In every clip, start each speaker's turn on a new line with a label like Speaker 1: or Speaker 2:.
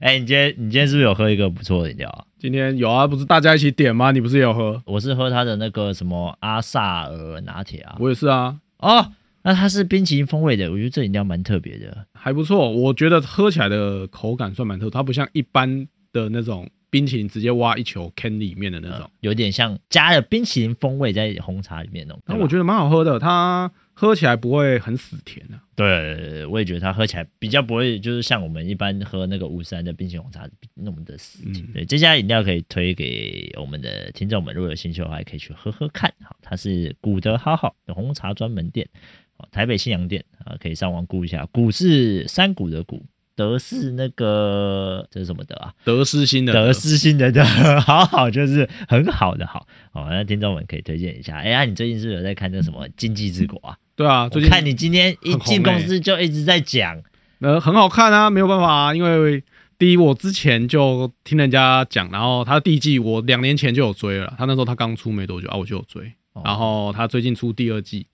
Speaker 1: 哎、你今天你今天是不是有喝一个不错的饮料啊？
Speaker 2: 今天有啊，不是大家一起点吗？你不是也有喝？
Speaker 1: 我是喝它的那个什么阿萨尔拿铁啊。
Speaker 2: 我也是啊，
Speaker 1: 哦，那它是冰淇淋风味的，我觉得这饮料蛮特别的。
Speaker 2: 还不错。我觉得喝起来的口感算蛮特殊，它不像一般的那种冰淇淋直接挖一球坑里面的那种
Speaker 1: 嗯。有点像加了冰淇淋风味在红茶里面那种。
Speaker 2: 但
Speaker 1: 对吧啊
Speaker 2: 我觉得蛮好喝的，它喝起来不会很死甜的、啊。
Speaker 1: 对对，对我也觉得它喝起来比较不会，就是像我们一般喝那个五三的冰淇淋红茶那么的死甜。
Speaker 2: 嗯
Speaker 1: 对，这家饮料可以推给我们的听众们，如果有兴趣的话，也可以去喝喝看。好，它是古德好好的红茶专门店，哦，台北信阳店啊，可以上网估一下。古是山谷的谷，德是那个这是什么德啊？
Speaker 2: 得失心的
Speaker 1: 得失心的得， 好好就是很好的好。哦，那听众们可以推荐一下。哎呀，你最近是不是有在看那什么《经济之国》啊？
Speaker 2: 对啊，
Speaker 1: 我
Speaker 2: 最近
Speaker 1: 看你今天一
Speaker 2: 很红
Speaker 1: 进公
Speaker 2: 欸
Speaker 1: 司就一直在讲，
Speaker 2: 呃，很好看啊，没有办法啊，因为第一，我之前就听人家讲，然后他第一季我两年前就有追了，他那时候他刚出没多久啊，我就有追，
Speaker 1: 哦
Speaker 2: 然后他最近出第二季，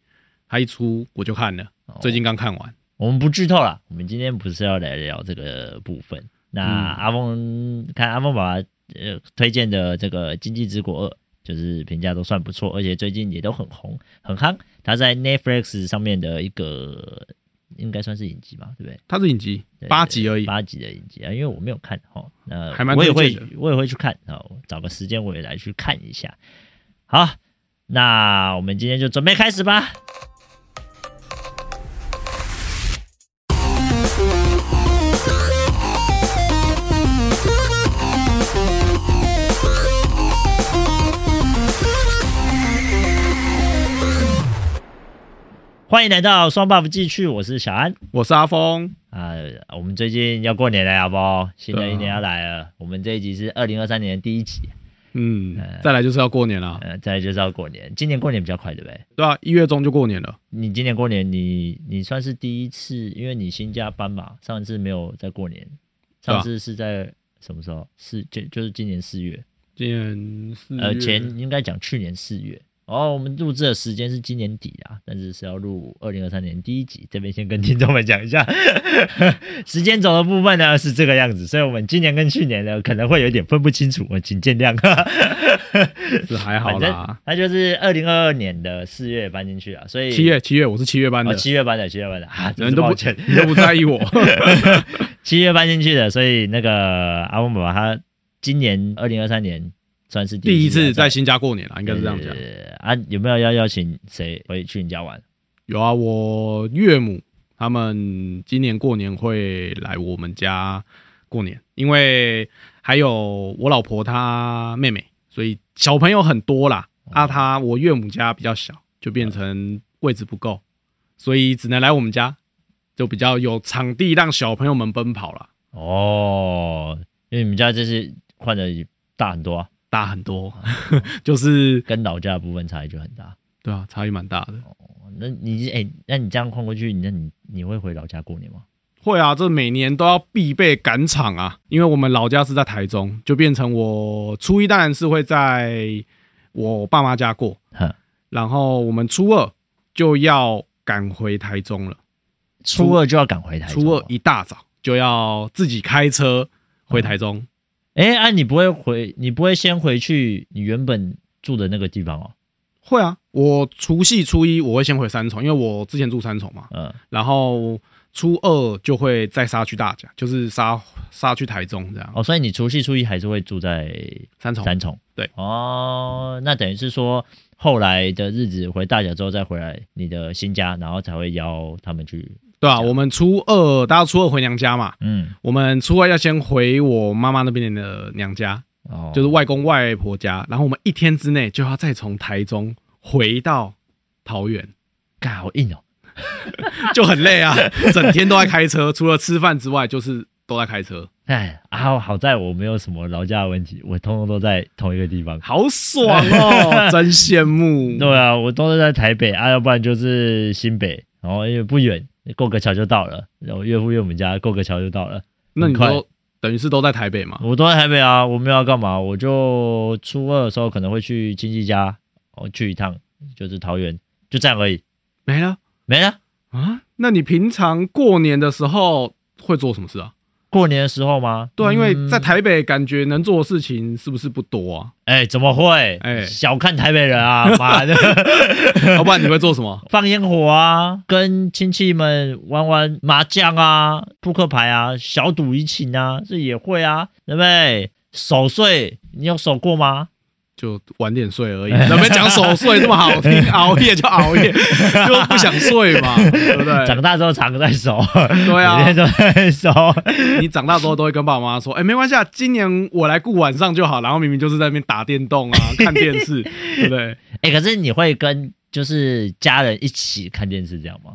Speaker 2: 他一出我就看了，最近刚看完，
Speaker 1: 哦我们不剧透了，我们今天不是要来聊这个部分。那
Speaker 2: 嗯
Speaker 1: 阿峰、看阿峰爸爸呃推荐的这个《经济之国二》，就是评价都算不错，而且最近也都很红很夯。他在 Netflix 上面的一个应该算是影集吧，对不对？
Speaker 2: 他是影集
Speaker 1: 对
Speaker 2: 八集而已，
Speaker 1: 八集的影集啊，因为我没有看哈，哦那
Speaker 2: 嗯还蛮
Speaker 1: 我也
Speaker 2: 推
Speaker 1: 会
Speaker 2: 荐
Speaker 1: 我也会去看啊，哦找个时间我也来去看一下。好，那我们今天就准备开始吧。欢迎来到双 buff 继续，我是小安。
Speaker 2: 我是阿峰，
Speaker 1: 啊、我们最近要过年了，好不好？新的一
Speaker 2: 对
Speaker 1: 年
Speaker 2: 啊
Speaker 1: 要来了，我们这一集是二零二三年的第一集，
Speaker 2: 嗯，
Speaker 1: 哎
Speaker 2: 再来就是要过年了，
Speaker 1: 呃，再来就是要过年。今年过年比较快，对不对？
Speaker 2: 对啊，一月中就过年了，
Speaker 1: 你今年过年你，你算是第一次，因为你新加班嘛，上次没有在过年，
Speaker 2: 对啊
Speaker 1: 上次是在什么时候？四就就是今年四月，
Speaker 2: 今年四
Speaker 1: 呃，
Speaker 2: 月
Speaker 1: 前应该讲去年四月。哦，我们录制的时间是今年底啊，但是是要录二零二三年第一集。这边先跟听众们讲一下， 时间轴的部分呢是这个样子，所以我们今年跟去年呢可能会有点分不清楚，我请见谅。
Speaker 2: 是还好
Speaker 1: 反正
Speaker 2: 啦，
Speaker 1: 它就是二零二二年的四月搬进去啊，所以
Speaker 2: 七月七月我是七月班
Speaker 1: 哦
Speaker 2: 的，
Speaker 1: 七月搬的七月搬的啊，真
Speaker 2: 人
Speaker 1: 是
Speaker 2: 都不
Speaker 1: 抱歉，
Speaker 2: 你都不 在意我，
Speaker 1: 七月搬进去的，所以那个阿翁爸爸他今年二零二三年算是
Speaker 2: 第一次
Speaker 1: 在
Speaker 2: 在新家过年了，应该是这样讲。
Speaker 1: 呃啊，有没有要邀请谁回去你家玩？
Speaker 2: 有啊，我岳母他们今年过年会来我们家过年，因为还有我老婆她妹妹，所以小朋友很多啦。啊，她我岳母家比较小，就变成位置不够，所以只能来我们家，就比较有场地让小朋友们奔跑啦，
Speaker 1: 哦，因为你们家这是换的大很多、啊，
Speaker 2: 大很多， 就是
Speaker 1: 跟老家的部分差异就很大。
Speaker 2: 对啊，差异蛮大的。
Speaker 1: 哦那你哎、那你这样换过去，那你你会回老家过年吗？
Speaker 2: 会啊，这每年都要必备赶场啊，因为我们老家是在台中，就变成我初一当然是会在我爸妈家过
Speaker 1: 哼，
Speaker 2: 然后我们初二就要赶回台中了，初
Speaker 1: 初二就要赶回台中
Speaker 2: 初
Speaker 1: 哦。
Speaker 2: 二一大早就要自己开车回台中，
Speaker 1: 哎、啊，你不会回，你不会先回去你原本住的那个地方哦？
Speaker 2: 会啊，我除夕初一我会先回三重，因为我之前住三重嘛，
Speaker 1: 嗯，
Speaker 2: 然后初二就会再杀去大甲，就是杀杀去台中这样，
Speaker 1: 哦，所以你除夕初一还是会住在
Speaker 2: 三重
Speaker 1: 三重。
Speaker 2: 对，
Speaker 1: 哦，那等于是说后来的日子回大甲之后再回来你的新家，然后才会邀他们去。
Speaker 2: 对啊，我们初二大家初二回娘家嘛，
Speaker 1: 嗯，
Speaker 2: 我们初二要先回我妈妈那边的娘家，
Speaker 1: 哦，
Speaker 2: 就是外公外婆家，然后我们一天之内就要再从台中回到桃园，
Speaker 1: 干好硬哦。
Speaker 2: 就很累啊，整天都在开车，除了吃饭之外，就是都在开车，
Speaker 1: 哎，啊，好在我没有什么劳驾的问题，我通通都在同一个地方。
Speaker 2: 好爽哦， 真羡慕。
Speaker 1: 对啊，我都是在台北啊，要不然就是新北，然后因为不远，过个桥就到了。然后岳父岳母家过个桥就到了。
Speaker 2: 那你
Speaker 1: 很快
Speaker 2: 都等于是都在台北嘛？
Speaker 1: 我都在台北啊，我没有要干嘛，我就初二的时候可能会去亲戚家，哦，去一趟，就是桃园，就这样而已，
Speaker 2: 没了
Speaker 1: 没了。
Speaker 2: 啊？那你平常过年的时候会做什么事啊？
Speaker 1: 过年的时候吗？
Speaker 2: 对啊，因为
Speaker 1: 嗯
Speaker 2: 在台北感觉能做的事情是不是不多啊？
Speaker 1: 哎、怎么会？
Speaker 2: 哎
Speaker 1: 小看台北人啊！妈 的，
Speaker 2: 要啊不然你会做什么？
Speaker 1: 放烟火啊，跟亲戚们玩玩麻将啊、扑克牌啊、小赌怡情啊，这也会啊，对不对？守岁，你有守过吗？
Speaker 2: 就晚点睡而已，怎么讲守岁这么好听？熬夜就熬夜，就不想睡嘛，对不
Speaker 1: 长
Speaker 2: 对？
Speaker 1: 大之后常在守，
Speaker 2: 对
Speaker 1: 每
Speaker 2: 啊
Speaker 1: 天，都在守。
Speaker 2: 你长大之后都会跟爸爸妈妈说，哎、没关系，啊，今年我来顾晚上就好。然后明明就是在那边打电动啊、看电视，对不对？
Speaker 1: 哎、可是你会跟就是家人一起看电视这样吗？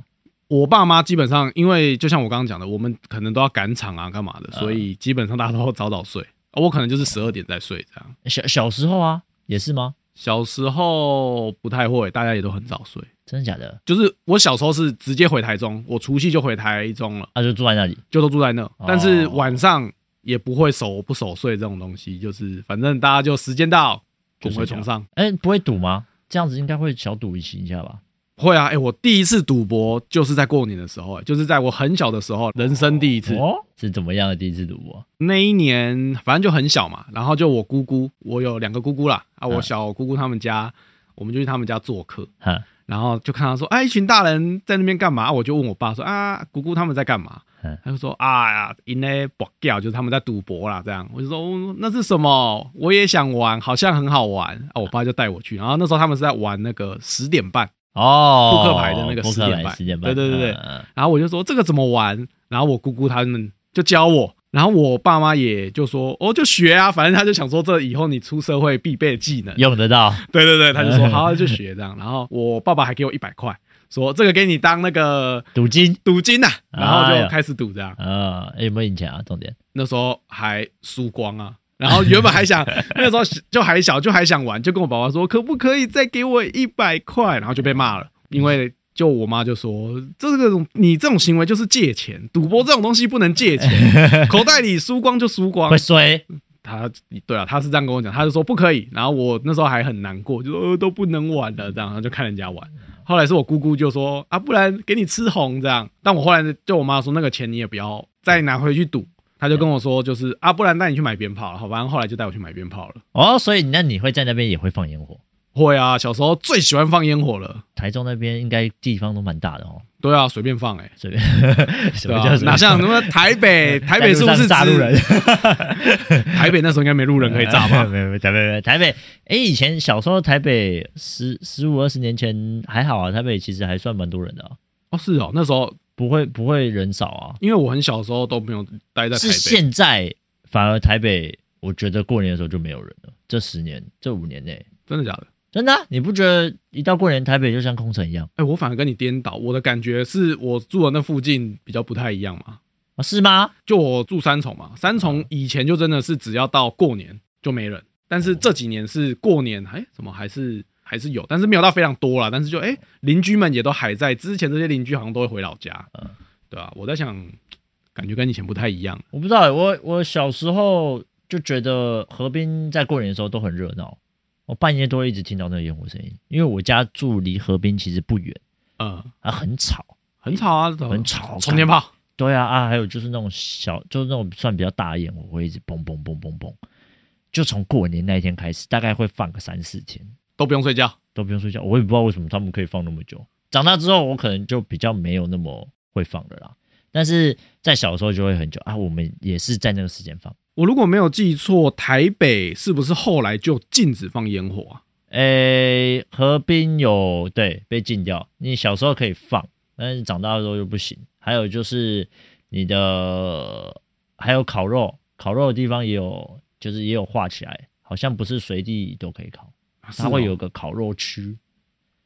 Speaker 2: 我爸妈基本上，因为就像我刚刚讲的，我们可能都要赶场啊、干嘛的，所以基本上大家都早早睡。我可能就是十二点再睡这样。
Speaker 1: 小小时候啊，也是吗？
Speaker 2: 小时候不太会，大家也都很早睡。
Speaker 1: 真的假的？
Speaker 2: 就是我小时候是直接回台中，我除夕就回台中了，
Speaker 1: 啊，就住在那里。
Speaker 2: 就都住在那。但是晚上也不会守不守岁这种东西，就是反正大家就时间到滚回床上。
Speaker 1: 哎、不会赌吗？这样子应该会小赌怡情一下吧？
Speaker 2: 会啊，哎、我第一次赌博就是在过年的时候、哎就是在我很小的时候，人生第一次。
Speaker 1: 哦，是怎么样的第一次赌博？
Speaker 2: 那一年反正就很小嘛，然后就我姑姑，我有两个姑姑啦，啊，我
Speaker 1: 嗯
Speaker 2: 小姑姑他们家，我们就去他们家做客，
Speaker 1: 哈，
Speaker 2: 然后就看他说，哎，一群大人在那边干嘛？我就问我爸说，啊，姑姑他们在干嘛
Speaker 1: 嗯？
Speaker 2: 他就说，啊呀，因为博掉，就是他们在赌博啦，这样。我就说、哦那是什么？我也想玩，好像很好玩啊。我爸就带我去，然后那时候他们是在玩那个十点半，
Speaker 1: 哦，
Speaker 2: 扑克牌的那个
Speaker 1: 扑
Speaker 2: 10
Speaker 1: 克
Speaker 2: 点
Speaker 1: 牌
Speaker 2: 半
Speaker 1: 十点半，
Speaker 2: 对对对对
Speaker 1: 嗯嗯
Speaker 2: 然后我就说这个怎么玩，然后我姑姑他们就教我，然后我爸妈也就说哦就学啊，反正他就想说这以后你出社会必备技能，
Speaker 1: 用得到，
Speaker 2: 对对对，他就说好就学这样，然后我爸爸还给我一百块，说这个给你当那个
Speaker 1: 赌金。
Speaker 2: 赌金呐、然后
Speaker 1: 哎呀
Speaker 2: 就开始赌这样，
Speaker 1: 啊、哎有没有赢钱啊？重点
Speaker 2: 那时候还输光啊。然后原本还 想，那时候就还小，就还想玩，就跟我爸爸说，可不可以再给我一百块？然后就被骂了，因为就我妈就说，这个种你这种行为就是借钱，赌博这种东西不能借 钱，口袋里输光就输光
Speaker 1: 会。衰，
Speaker 2: 他对啊，他是这样跟我讲，他就说不可以。然后我那时候还很难过，就说、呃、都不能玩了，这样，然后就看人家玩。后来是我姑姑就说啊，不然给你吃红这样。但我后来就我妈说，那个钱你也不要再拿回去赌。她就跟我说，就是啊，不然带你去买鞭炮了。好，反正后来就带我去买鞭炮了。
Speaker 1: 哦，所以那你会在那边也会放烟火？
Speaker 2: 会啊，小时候最喜欢放烟火了。
Speaker 1: 台中那边应该地方都蛮大的哦，
Speaker 2: 对啊，随便放哎、
Speaker 1: 随便什
Speaker 2: 对
Speaker 1: 么
Speaker 2: 啊
Speaker 1: 叫，
Speaker 2: 哪像什么台 北？台北是不是
Speaker 1: 大
Speaker 2: 只
Speaker 1: 陆人？
Speaker 2: 台北那时候应该没路人可以炸吧？
Speaker 1: 没有没有台北没有台北，哎，以前小时候台北十十五二十年前还好啊，台北其实还算蛮多人的、啊，
Speaker 2: 哦，是哦，那时候
Speaker 1: 不会不会人少啊。
Speaker 2: 因为我很小的时候都没有待在台
Speaker 1: 是
Speaker 2: 北，
Speaker 1: 现在反而台北，我觉得过年的时候就没有人了。这十年这五年内，
Speaker 2: 真的假的？
Speaker 1: 真的啊、你不觉得一到过年台北就像空城一样
Speaker 2: 哎、我反而跟你颠倒，我的感觉是我住的那附近比较不太一样嘛。
Speaker 1: 啊？是吗？
Speaker 2: 就我住三重嘛，三重
Speaker 1: 嗯
Speaker 2: 以前就真的是只要到过年就没人，但
Speaker 1: 哦
Speaker 2: 是这几年是过年，哎、怎么还是还是有，但是没有到非常多啦。但是就哎，邻、居们也都还在，之前这些邻居好像都会回老家
Speaker 1: 嗯，
Speaker 2: 对啊，我在想，感觉跟以前不太一样。
Speaker 1: 我不知道欸，我我小时候就觉得河滨在过年的时候都很热闹，我半夜都会一直听到那个烟火声音，因为我家住离河滨其实不远
Speaker 2: 嗯，
Speaker 1: 啊，很吵，
Speaker 2: 很吵啊，
Speaker 1: 嗯很吵，
Speaker 2: 冲天炮，
Speaker 1: 对啊啊，还有就是那种小，就是那种算比较大的烟火，会一直嘣嘣嘣嘣嘣，就从过年那一天开始，大概会放个三四天，
Speaker 2: 都不用睡觉。
Speaker 1: 都不用睡觉。我也不知道为什么他们可以放那么久。长大之后，我可能就比较没有那么会放的啦。但是在小的时候就会很久啊，我们也是在那个时间放。
Speaker 2: 我如果没有记错，台北是不是后来就禁止放烟火啊？
Speaker 1: 诶，河滨有对被禁掉，你小时候可以放，但是长大的时候就不行。还有就是你的还有烤肉，烤肉的地方也有，就是也有画起来，好像不是随地都可以烤，它会
Speaker 2: 是哦
Speaker 1: 有个烤肉区，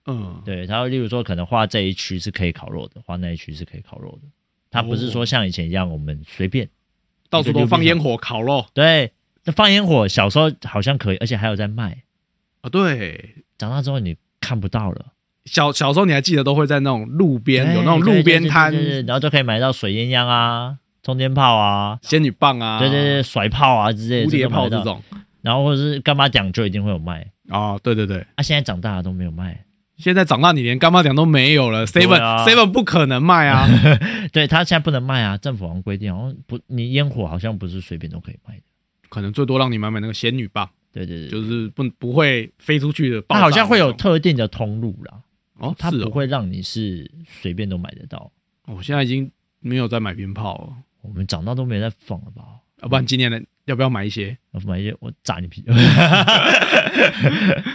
Speaker 2: 嗯，
Speaker 1: 对，它会例如说可能画这一区是可以烤肉的，画那一区是可以烤肉的，它不
Speaker 2: 哦
Speaker 1: 是说像以前一样我们随便
Speaker 2: 到处都放烟火烤肉。
Speaker 1: 对，那放烟火小时候好像可以，而且还有在卖，
Speaker 2: 啊，对，
Speaker 1: 长大之后你看不到了。
Speaker 2: 小小时候你还记得都会在那种路边
Speaker 1: 对
Speaker 2: 有那种
Speaker 1: 对
Speaker 2: 路
Speaker 1: 对
Speaker 2: 边
Speaker 1: 对
Speaker 2: 摊
Speaker 1: 对对对然后就可以买到水烟枪啊、冲天炮啊、
Speaker 2: 仙女棒啊，
Speaker 1: 对对对，甩炮啊之类的，
Speaker 2: 蝴蝶炮
Speaker 1: 都
Speaker 2: 这
Speaker 1: 买到，
Speaker 2: 种
Speaker 1: 然后或者是干嘛讲究一定会有卖
Speaker 2: 啊，对对对，
Speaker 1: 啊。现在长大了都没有卖，
Speaker 2: 现在长大你连干妈奖都没有了
Speaker 1: 对
Speaker 2: ，seven
Speaker 1: 啊
Speaker 2: seven 不可能卖啊，
Speaker 1: 对他现在不能卖啊，政府好像规定，好像不，你烟火好像不是随便都可以卖的。
Speaker 2: 可能最多让你买买那个仙女棒，
Speaker 1: 对对对，
Speaker 2: 就是不不会飞出去的爆
Speaker 1: 它
Speaker 2: 炸那种。
Speaker 1: 好像会有特定的通路啦，
Speaker 2: 哦，
Speaker 1: 它
Speaker 2: 是
Speaker 1: 不
Speaker 2: 哦，
Speaker 1: 会让你是随便都买得到。
Speaker 2: 我现在已经没有在买鞭炮了，
Speaker 1: 我们长大都没在放了吧？
Speaker 2: 要不然今年的要不要买一些？
Speaker 1: 我买一些，我炸你屁！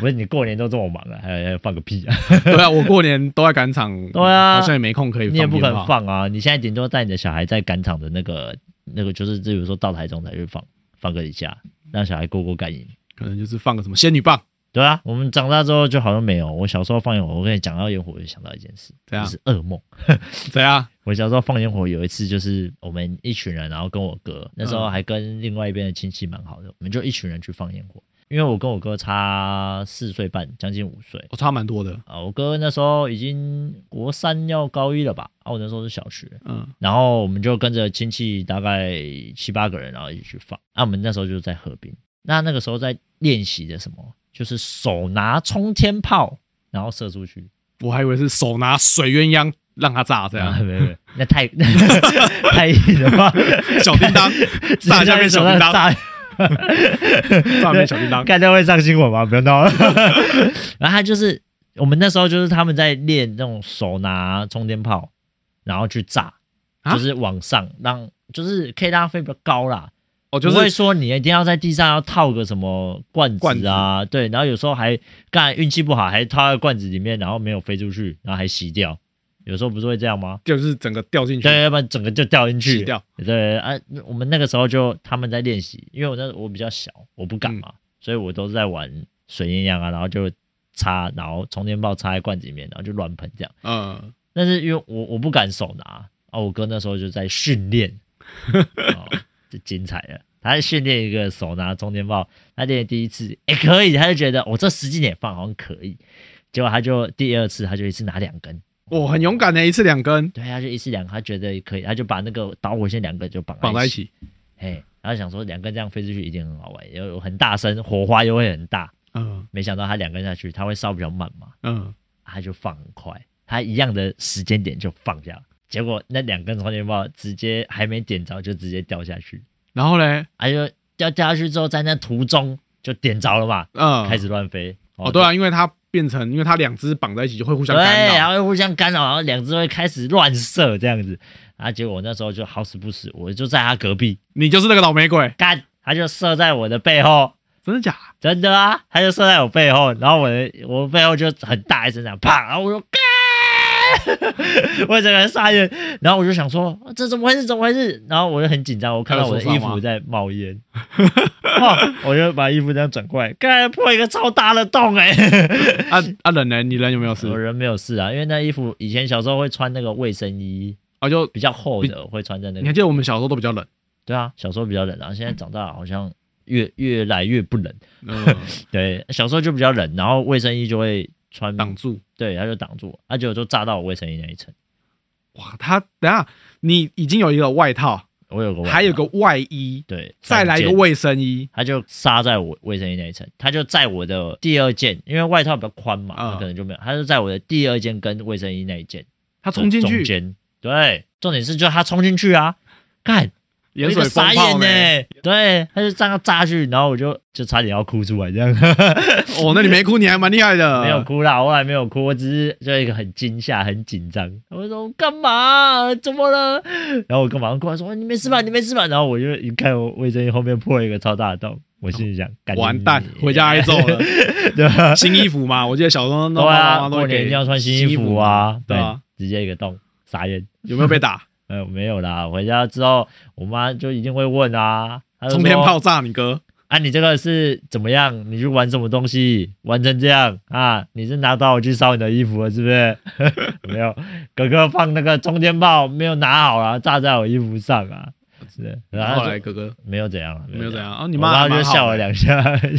Speaker 1: 不是你过年都这么忙了、还还放个屁啊？
Speaker 2: 对啊，我过年都在赶场，
Speaker 1: 对啊
Speaker 2: 好像也没空可以放
Speaker 1: 你也不
Speaker 2: 鞭
Speaker 1: 肯
Speaker 2: 炮。
Speaker 1: 放啊！你现在顶多带你的小孩在赶场的那个那个，就是比如说到台中才去放放个一下，让小孩过过感瘾。
Speaker 2: 可能就是放个什么仙女棒，
Speaker 1: 对啊，我们长大之后就好像没有。我小时候放烟火，我跟你讲到烟火，我就想到一件事，
Speaker 2: 怎样
Speaker 1: 就
Speaker 2: 啊
Speaker 1: 是噩梦。
Speaker 2: 怎样？
Speaker 1: 我小时候放烟火，有一次就是我们一群人，然后跟我哥，那时候还跟另外一边的亲戚蛮好的，我们就一群人去放烟火。因为我跟我哥差四岁半，将近五岁
Speaker 2: 我、差蛮多的，
Speaker 1: 啊。我哥那时候已经国三要高一了吧？啊，我那时候是小学，
Speaker 2: 嗯，
Speaker 1: 然后我们就跟着亲戚大概七八个人，然后一起去放。啊，我们那时候就在河滨，那那个时候在练习的什么，就是手拿冲天炮，然后射出去。
Speaker 2: 我还以为是手拿水鸳鸯让它炸这
Speaker 1: 啊，
Speaker 2: 样，
Speaker 1: 没有没有，那太太硬了吧？
Speaker 2: 小 叮当炸一下变小叮当，
Speaker 1: 炸
Speaker 2: 炸变小叮当，
Speaker 1: 干掉会上新闻吗？不要闹了。然后他就是我们那时候就是他们在练那种手拿冲天炮，然后去炸，
Speaker 2: 啊
Speaker 1: 就是往上让，就是可以让它飞比较高啦。
Speaker 2: 哦，就
Speaker 1: 不会
Speaker 2: 是
Speaker 1: 说你一定要在地上要套个什么罐
Speaker 2: 罐
Speaker 1: 子啊，对，然后有时候还干运气不好，还套在罐子里面，然后没有飞出去，然后还洗掉。有时候不是会这样吗？
Speaker 2: 就是整个掉进去，
Speaker 1: 对，要不然整个就掉进去
Speaker 2: 洗。掉，
Speaker 1: 对啊，我们那个时候就他们在练习，因为我那我比较小，我不敢嘛，
Speaker 2: 嗯
Speaker 1: 所以我都是在玩水烟样啊，然后就插，然后充电宝插在罐子里面，然后就乱喷这样。
Speaker 2: 嗯，
Speaker 1: 但是因为我我不敢手拿啊，我哥那时候就在训 练，哦，这精彩了。他在训练一个手拿充电炮，他练第一次，哎、可以，他就觉得我、这十几年放好像可以，结果他就第二次，他就一次拿两根，
Speaker 2: 我哦很勇敢的，一次两根
Speaker 1: 对，他就一次两，他觉得可以，他就把那个导火线两个就绑
Speaker 2: 绑在
Speaker 1: 一
Speaker 2: 一
Speaker 1: 起，
Speaker 2: 起，
Speaker 1: 哎，然后想说两根这样飞出去一定很好玩，又有很大声，火花又会很大，
Speaker 2: 嗯
Speaker 1: 没想到他两根下去，他会烧比较慢嘛，
Speaker 2: 嗯，
Speaker 1: 他就放很快，他一样的时间点就放下了，结果那两根充电宝直接还没点着就直接掉下去，
Speaker 2: 然后嘞，
Speaker 1: 他就掉掉下去之后，在那途中就点着了嘛，
Speaker 2: 嗯，
Speaker 1: 开始乱飞。
Speaker 2: 哦，对啊，因为它变成，因为它两只绑在一起就会互
Speaker 1: 对，啊
Speaker 2: 相干
Speaker 1: 然
Speaker 2: 扰，
Speaker 1: 后哎又互相干扰，然后两只会开始乱射这样子，啊，结果我那时候就好死不死，我就在他隔壁
Speaker 2: 你就是那个倒霉鬼，
Speaker 1: 干，他就射在我的背后，
Speaker 2: 真的 假？
Speaker 1: 真的啊，他就射在我背后，然后我的我背后就很大一声这样啪，然后我说干， 我整个人傻眼，然后我就想说这怎么回事？怎么回事？然后我就很紧张，我看到我的
Speaker 2: 他
Speaker 1: 衣
Speaker 2: 有受伤吗
Speaker 1: 服在冒烟，哦我就把衣服这样转过来，干破一个超大的洞哎、
Speaker 2: 啊啊，人呢？你人有没有事？
Speaker 1: 我人没有事啊，因为那衣服以前小时候会穿那个卫生衣，
Speaker 2: 啊，就
Speaker 1: 比较厚的会穿在那
Speaker 2: 你还
Speaker 1: 个，
Speaker 2: 记得我们小时候都比较冷，
Speaker 1: 对啊，小时候比较冷，然后现在长大好像越越来越不冷。
Speaker 2: 嗯，
Speaker 1: 对，小时候就比较冷，然后卫生衣就会穿，
Speaker 2: 挡住。
Speaker 1: 对，它就挡住，它结果就炸到我卫生衣那一层。
Speaker 2: 哇，他等一下你已经有一个外套，
Speaker 1: 我有个外套，
Speaker 2: 还有个外衣，
Speaker 1: 对，
Speaker 2: 再来一个
Speaker 1: 卫，
Speaker 2: 卫生衣，
Speaker 1: 它就杀在我卫生衣那一层，它就在我的第二件，因为外套比较宽嘛，
Speaker 2: 嗯
Speaker 1: 它可能就没有，它就在我的第二件跟卫生衣那一件
Speaker 2: 他冲进
Speaker 1: 中
Speaker 2: 去，
Speaker 1: 间。对，重点是就它冲进去啊，看
Speaker 2: 盐
Speaker 1: 我
Speaker 2: 水
Speaker 1: 一个傻
Speaker 2: 风哎暴
Speaker 1: 眼
Speaker 2: 呢
Speaker 1: 呢、？对，它就这样炸去，然后我就就差点要哭出来这样。
Speaker 2: 哦，那你没哭，你还蛮厉害的。
Speaker 1: 没有，哭啦，我还没有哭，我只是就一个很惊吓、很紧张。我说我干嘛？怎么了？然后我跟马上过来说哎你没事吧？你没事吧？然后我就一看我卫生间后面破一个超大的洞，我心里想，干
Speaker 2: 完
Speaker 1: 你
Speaker 2: 蛋， 回家挨揍了。
Speaker 1: 对啊
Speaker 2: 新衣服嘛，我记得小时候那
Speaker 1: 对啊，
Speaker 2: 妈妈都
Speaker 1: 过
Speaker 2: 会
Speaker 1: 年一
Speaker 2: 给
Speaker 1: 定要穿新衣服啊，
Speaker 2: 对啊，
Speaker 1: 直接一个洞，傻眼。
Speaker 2: 有没有被 打？
Speaker 1: 呃，没有啦，回家之后我妈就一定会问啊，她就说
Speaker 2: 冲天炮炸你哥，
Speaker 1: 啊，你这个是怎么样？你去玩什么东西？玩成这样啊？你是拿刀去烧你的衣服了，是不是？ 没有，哥哥放那个冲天炮没有拿好啊，炸在我衣服上啊，是的。然
Speaker 2: 然
Speaker 1: 后
Speaker 2: 后
Speaker 1: 他
Speaker 2: 来
Speaker 1: 说
Speaker 2: 哥哥
Speaker 1: 没有怎样啊，
Speaker 2: 没有怎样。哦，你
Speaker 1: 我
Speaker 2: 妈
Speaker 1: 妈
Speaker 2: 还蛮
Speaker 1: 就
Speaker 2: 好
Speaker 1: 笑了
Speaker 2: 的，
Speaker 1: 两下，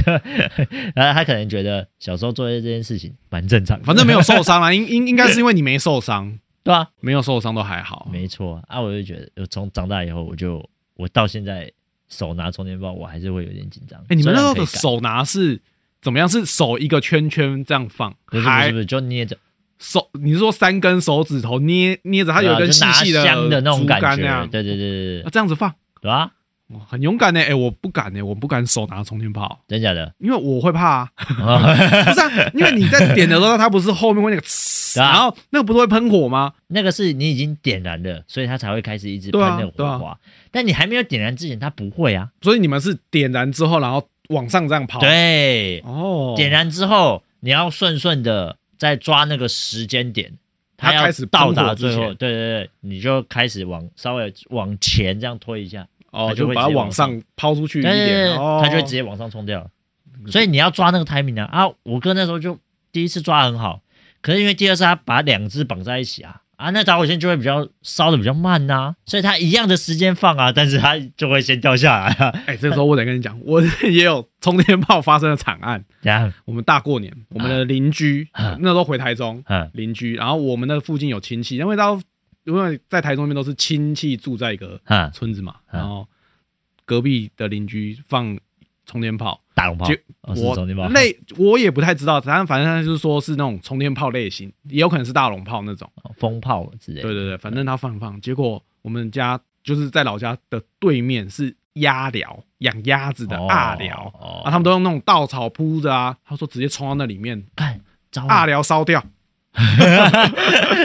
Speaker 1: 然后他可能觉得小时候做这件事情蛮正常的，
Speaker 2: 反正没有受 伤啦，啊应应应该是因为你没受伤，
Speaker 1: 对啊，
Speaker 2: 没有受伤都还好。
Speaker 1: 没错啊，我就觉得，我从长大以后，我就我到现在手拿充电炮，我还是会有点紧张。
Speaker 2: 哎，你
Speaker 1: 虽
Speaker 2: 们
Speaker 1: 然
Speaker 2: 那
Speaker 1: 可
Speaker 2: 个
Speaker 1: 以改
Speaker 2: 手拿是怎么样？是手一个圈圈这样放，
Speaker 1: 不是不
Speaker 2: 还
Speaker 1: 是不是，就捏着，
Speaker 2: 手，你是说三根手指头捏捏着它
Speaker 1: 对
Speaker 2: 有
Speaker 1: 啊
Speaker 2: 一根
Speaker 1: 就
Speaker 2: 细
Speaker 1: 拿
Speaker 2: 细
Speaker 1: 香的那种
Speaker 2: 竹
Speaker 1: 感
Speaker 2: 竿那
Speaker 1: 觉，
Speaker 2: 样，
Speaker 1: 对对对对
Speaker 2: 啊
Speaker 1: 对，
Speaker 2: 这样子放，
Speaker 1: 对啊，
Speaker 2: 哇很勇敢呢、哎、我不敢呢、我不敢手拿充电炮，
Speaker 1: 真假的，
Speaker 2: 因为我会 怕、啊。不是、啊，因为你在点的时候，它不是后面 会那个呲，
Speaker 1: 对啊
Speaker 2: 然后那个不是会喷火吗？
Speaker 1: 那个是你已经点燃了，所以它才会开始一直喷
Speaker 2: 对啊
Speaker 1: 那个
Speaker 2: 对啊
Speaker 1: 火花。但你还没有点燃之前，它不会啊。
Speaker 2: 所以你们是点燃之后，然后往上这样跑。，
Speaker 1: 对，
Speaker 2: 哦，
Speaker 1: 点燃之后，你要顺顺的再抓那个时间点，
Speaker 2: 它
Speaker 1: 要
Speaker 2: 开始
Speaker 1: 到
Speaker 2: 喷火
Speaker 1: 达
Speaker 2: 之
Speaker 1: 最后，
Speaker 2: 前
Speaker 1: 对对对，你就开始往稍微往前这样推一下，
Speaker 2: 哦，
Speaker 1: 它就
Speaker 2: 就
Speaker 1: 会
Speaker 2: 把它
Speaker 1: 直接
Speaker 2: 往
Speaker 1: 往上
Speaker 2: 上抛出去一
Speaker 1: 对对对
Speaker 2: 点，，哦，
Speaker 1: 它就会直接往上冲掉了。所以你要抓那个 timing 啊！啊，我哥那时候就第一次抓得很好，可是因为第二次他把两只绑在一起啊啊，那导火线就会比较烧的比较慢呐、所以他一样的时间放啊，但是他就会先掉下来啊。
Speaker 2: 哎，这个时候我得跟你讲， 我也有充电炮发生的惨案。
Speaker 1: 这样，
Speaker 2: 我们大过年，我们的邻居
Speaker 1: 啊
Speaker 2: 那时候回台中，
Speaker 1: 嗯
Speaker 2: 邻居，然后我们那附近有亲戚，因为到因为在台中那边都是亲戚住在一个
Speaker 1: 嗯，
Speaker 2: 村子嘛，
Speaker 1: 嗯
Speaker 2: 然后隔壁的邻居放充电炮，
Speaker 1: 大龙炮
Speaker 2: 结，
Speaker 1: 哦、是
Speaker 2: 我
Speaker 1: 充电炮，
Speaker 2: 类我也不太知道，反正反正他就是说是那种充电炮类型，也有可能是大龙炮那种。
Speaker 1: 哦风炮之类
Speaker 2: 对
Speaker 1: 的，
Speaker 2: 对对，反正他放一放，结果我们家就是在老家的对面是鸭寮，养鸭子的
Speaker 1: 哦
Speaker 2: 阿寮、
Speaker 1: 哦
Speaker 2: 啊，他们都用那种稻草铺着啊。他说直接冲到那里面，
Speaker 1: 看糟
Speaker 2: 阿
Speaker 1: 了，
Speaker 2: 寮烧掉，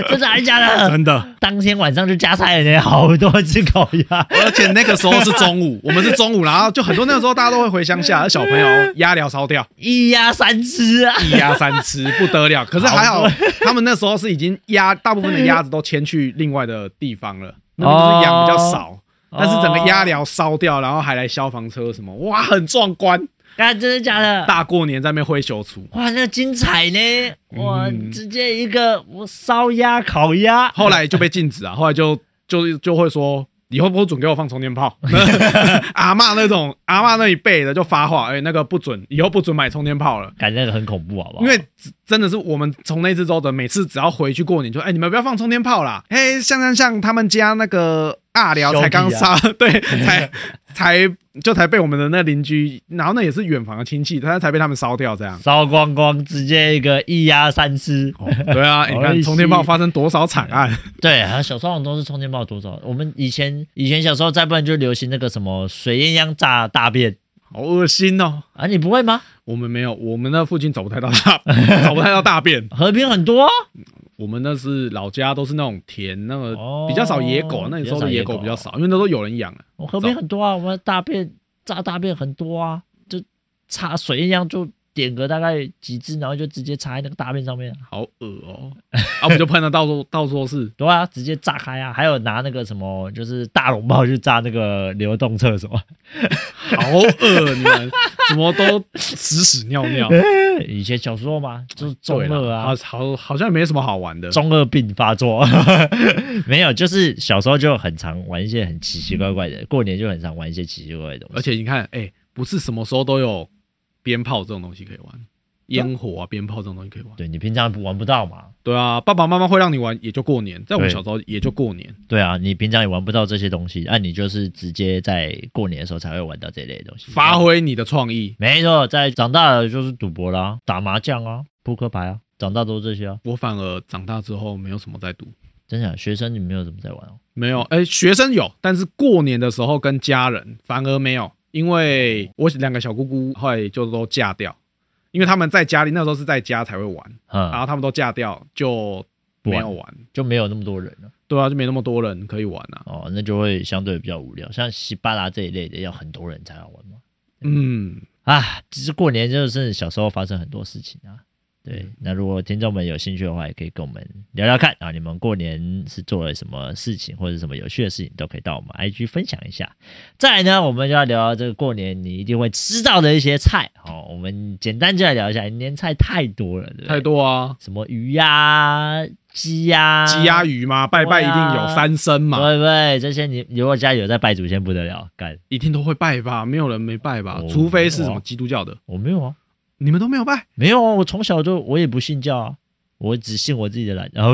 Speaker 1: 真的还是假的？
Speaker 2: 真的。
Speaker 1: 当天晚上就加菜了呢，好多只烤鸭，
Speaker 2: 而且那个时候是中午，我们是中午，然后就很多那个时候大家都会回乡下，而小朋友鸭寮烧掉。
Speaker 1: 一鸭三吃啊！
Speaker 2: 一鸭三吃不得了。可是还好
Speaker 1: 好，
Speaker 2: 他们那时候是已经鸭，大部分的鸭子都迁去另外的地方了，那边就是养比较少。
Speaker 1: 哦
Speaker 2: 但是整个鸭寮烧掉，然后还来消防车什么，哇，很壮观！
Speaker 1: 啊，真的假的？
Speaker 2: 大过年在那边挥手厨。
Speaker 1: 哇，那精彩呢！哇，直接一个我烧鸭、烤鸭，
Speaker 2: 后来就被禁止啊，后来就就就会说，以后不准给我放充电炮。 阿嬷那种阿嬷那一辈的就发话，哎、那个不准，以后不准买充电炮了。
Speaker 1: 感觉那个很恐怖，好不好？。
Speaker 2: 因为只真的是我们从那次之后的，每次只要回去过年就，哎，你们不要放充电炮啦！哎，像像像他们家那个阿辽才刚杀， 对，才才就才被我们的那邻居，然后那也是远房的亲戚，他才被他们烧掉这样
Speaker 1: 烧光光，直接一个一鸭三吃。
Speaker 2: 对 啊，你
Speaker 1: 好意
Speaker 2: 看
Speaker 1: 思
Speaker 2: 充电炮发生多少惨案？
Speaker 1: 对，啊，小时候好像都是充电宝多少？我们以前以前小时候，再不然就流行那个什么水鸳鸯炸大便
Speaker 2: 好恶心哦！
Speaker 1: 啊，你不会吗？
Speaker 2: 我们没有，我们那附近找不太到 大，找不太到大便。
Speaker 1: 和平很多啊、
Speaker 2: 我们那是老家，都是那种田，那个
Speaker 1: 哦
Speaker 2: 比较少野狗，那时候的野狗比较少，因为那时候有人养了。
Speaker 1: 我河边很多啊，我们大便炸大便很多啊，就插水鸳鸯就点个大概几只，然后就直接插在那个大便上面啊、
Speaker 2: 好恶哦、 啊，不就喷了到处到处都是。
Speaker 1: 对啊，直接炸开啊！还有拿那个什么，就是大龙炮去炸那个流动厕所。
Speaker 2: 好恶，你们 怎么都屎屎尿尿？
Speaker 1: 以前小时候嘛，就是中
Speaker 2: 对啦
Speaker 1: 二啊，
Speaker 2: 好好像也没什么好玩的。
Speaker 1: 中二病发作。 没有，就是小时候就很常玩一些很奇奇怪怪的，过年就很常玩一些奇奇怪怪的东
Speaker 2: 而
Speaker 1: 西。
Speaker 2: 且你看，哎、不是什么时候都有鞭炮这种东西可以玩，烟火啊、鞭炮这种东西可以玩。
Speaker 1: 对你平常玩不到嘛？
Speaker 2: 对啊，爸爸妈妈会让你玩，也就过年，在我们
Speaker 1: 对
Speaker 2: 小时候也就过年。
Speaker 1: 对啊，你平常也玩不到这些东西，那、你就是直接在过年的时候才会玩到这类的东西。
Speaker 2: 发挥你的创意。
Speaker 1: 没错，在长大了就是赌博啦、打麻将啊、扑克牌啊，长大都是这些啊。
Speaker 2: 我反而长大之后没有什么在读，
Speaker 1: 真的，啊学生你没有怎么在玩哦。
Speaker 2: 没有，哎、学生有，但是过年的时候跟家人反而没有，因为我两个小姑姑后来就都嫁掉，因为他们在家里那时候是在家才会玩。
Speaker 1: 嗯，
Speaker 2: 然后他们都嫁掉，就没有玩。
Speaker 1: 就没有那么多人了
Speaker 2: 对啊，就没那么多人可以玩啊。
Speaker 1: 哦，那就会相对比较无聊。像西巴拉这一类的，要很多人才好玩嘛。
Speaker 2: 嗯，
Speaker 1: 啊，只是过年就是小时候发生很多事情啊。对，
Speaker 2: 嗯
Speaker 1: 那如果听众们有兴趣的话，也可以跟我们聊聊看啊，你们过年是做了什么事情，或者什么有趣的事情，都可以到我们 IG 分享一下。再来呢，我们就要聊这个过年你一定会吃到的一些菜哦。我们简单就来聊一下，年菜太多了，对不对？
Speaker 2: 太多啊，
Speaker 1: 什么鱼呀、鸡啊呀、
Speaker 2: 鸡啊鸭鱼嘛，拜拜一定有三牲嘛，
Speaker 1: 对啊不对？这些你如果家里有在拜祖先，不得了，干
Speaker 2: 一定都会拜吧，没有人没拜吧
Speaker 1: 哦，
Speaker 2: 除非是什么基督教的，
Speaker 1: 我没有啊，
Speaker 2: 你们都没有拜。
Speaker 1: 没有啊，我从小就我也不信教啊，我只信我自己的懒，啊、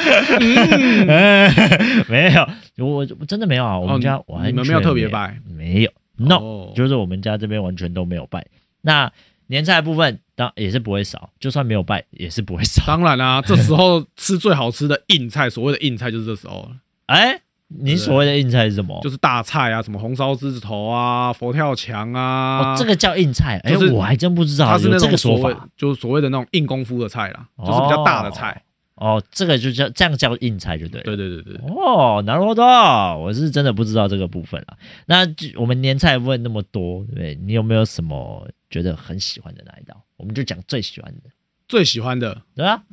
Speaker 2: 嗯
Speaker 1: 不哎没有，我我真的没有啊，我们家、我
Speaker 2: 哦你们没有特别
Speaker 1: 拜，
Speaker 2: 拜
Speaker 1: 没有，no，、
Speaker 2: 哦
Speaker 1: 就是我们家这边完全都没有拜。那年菜的部分当也是不会少，就算没有拜也是不会少。
Speaker 2: 当然啦、这时候吃最好吃的硬菜，所谓的硬菜就是这时候了，
Speaker 1: 哎，你所谓的硬菜是什么？
Speaker 2: 就是大菜啊，什么红烧狮子头啊、佛跳墙啊，
Speaker 1: 哦，这个叫硬菜，哎，
Speaker 2: 就是
Speaker 1: 我还真不知道
Speaker 2: 它是
Speaker 1: 有
Speaker 2: 那
Speaker 1: 这
Speaker 2: 种
Speaker 1: 个说
Speaker 2: 所谓
Speaker 1: 法。
Speaker 2: 就是所谓的那种硬功夫的菜啦，就是比较大的菜。
Speaker 1: 哦，这个就叫这样叫硬菜，就对了。
Speaker 2: 对对对对，
Speaker 1: 哦，なるほど，我是真的不知道这个部分了。那就我们年菜问那么多，对不对？你有没有什么觉得很喜欢的那一道？我们就讲最喜欢的，
Speaker 2: 最喜欢的
Speaker 1: 对吧、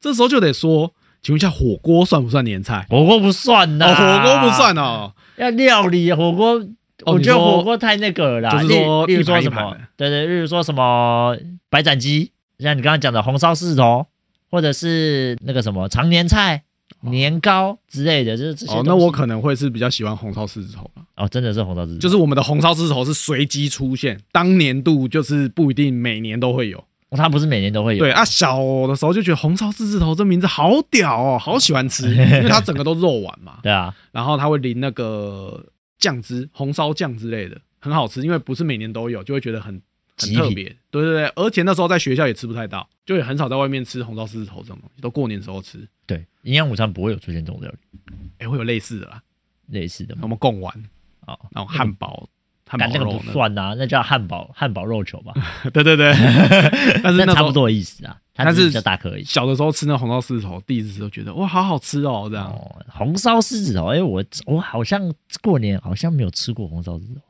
Speaker 2: 这时候就得说，请问一下，火锅算不算年菜？
Speaker 1: 火锅不算呐、
Speaker 2: 哦，火锅不，算哦，
Speaker 1: 要料理火锅。
Speaker 2: 哦
Speaker 1: 我
Speaker 2: 你
Speaker 1: 觉得
Speaker 2: 说
Speaker 1: 火锅太那个了啦，
Speaker 2: 就是说
Speaker 1: 例例如
Speaker 2: 一
Speaker 1: 说
Speaker 2: 盘一
Speaker 1: 什
Speaker 2: 盘
Speaker 1: 么
Speaker 2: 的，
Speaker 1: 对对，例如说什么白斩鸡，像你刚刚讲的红烧狮子头，或者是那个什么常年菜、年糕之类的，就是这些
Speaker 2: 哦
Speaker 1: 东，西。
Speaker 2: 那我可能会是比较喜欢红烧狮子头啦
Speaker 1: 哦，真的是红烧狮子头，
Speaker 2: 就是我们的红烧狮子头是随机出现，当年度就是不一定每年都会有。
Speaker 1: 它不是每年都会有，
Speaker 2: 对啊，小的时候就觉得红烧狮子头这名字好屌哦，好 喜欢吃，因为它整个都肉丸嘛，
Speaker 1: 对啊，
Speaker 2: 然后它会淋那个酱汁，红烧酱之类的，很好吃。因为不是每年都有，就会觉得很很
Speaker 1: 极
Speaker 2: 特
Speaker 1: 品
Speaker 2: 别。对对对，而且那时候在学校也吃不太到，就也很少在外面吃红烧狮子头这种东西，都过年时候吃。
Speaker 1: 对，营养午餐不会有出现这种料理，
Speaker 2: 哎，会有类似的啦，
Speaker 1: 类似的
Speaker 2: 我
Speaker 1: 嘛。
Speaker 2: 们贡丸，
Speaker 1: 哦，
Speaker 2: 那种汉堡汉
Speaker 1: 干那
Speaker 2: 堡
Speaker 1: 个
Speaker 2: 肉
Speaker 1: 不
Speaker 2: 呢，
Speaker 1: 算啊呐、那叫汉堡汉堡肉球吧，
Speaker 2: 对 对对，但是
Speaker 1: 那
Speaker 2: 那时
Speaker 1: 差不
Speaker 2: 候
Speaker 1: 多的意思啊。它
Speaker 2: 但
Speaker 1: 只
Speaker 2: 是
Speaker 1: 比较大颗而已。
Speaker 2: 小的时候吃那红烧狮子头，第一次吃都觉得哇，好好吃哦，这样。
Speaker 1: 哦，红烧狮子头，哎、我我好像过年好像没有吃过红烧狮子头，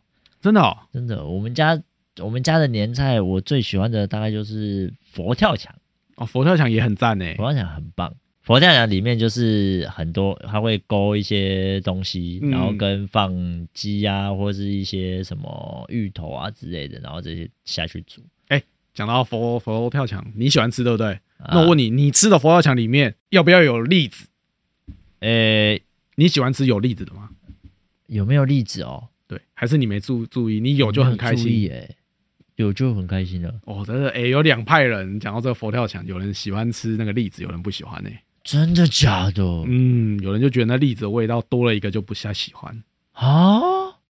Speaker 2: 真的哦，
Speaker 1: 真的。我们家我们家的年菜，我最喜欢的大概就是佛跳墙，
Speaker 2: 哦，佛跳墙也很赞呢。欸
Speaker 1: 佛跳墙很棒。佛跳墙里面就是很多，它会勾一些东西，
Speaker 2: 嗯
Speaker 1: 然后跟放鸡啊，或是一些什么芋头啊之类的，然后这些下去煮。
Speaker 2: 讲到佛佛跳墙，你喜欢吃对不对？
Speaker 1: 啊
Speaker 2: 那我问你，你吃的佛跳墙里面要不要有栗子？
Speaker 1: 诶、
Speaker 2: 你喜欢吃有栗子的吗？
Speaker 1: 有没有栗子哦？
Speaker 2: 对，还是你没注注意？你有就很
Speaker 1: 没
Speaker 2: 开
Speaker 1: 有注
Speaker 2: 心
Speaker 1: 意哎，有就很开心了，
Speaker 2: 哦。真的，哎，有两派人讲到这个佛跳墙，有人喜欢吃那个栗子，有人不喜欢呢。
Speaker 1: 真的假的、
Speaker 2: 嗯，有人就觉得那栗子的味道多了一个就不太喜欢。
Speaker 1: 啊？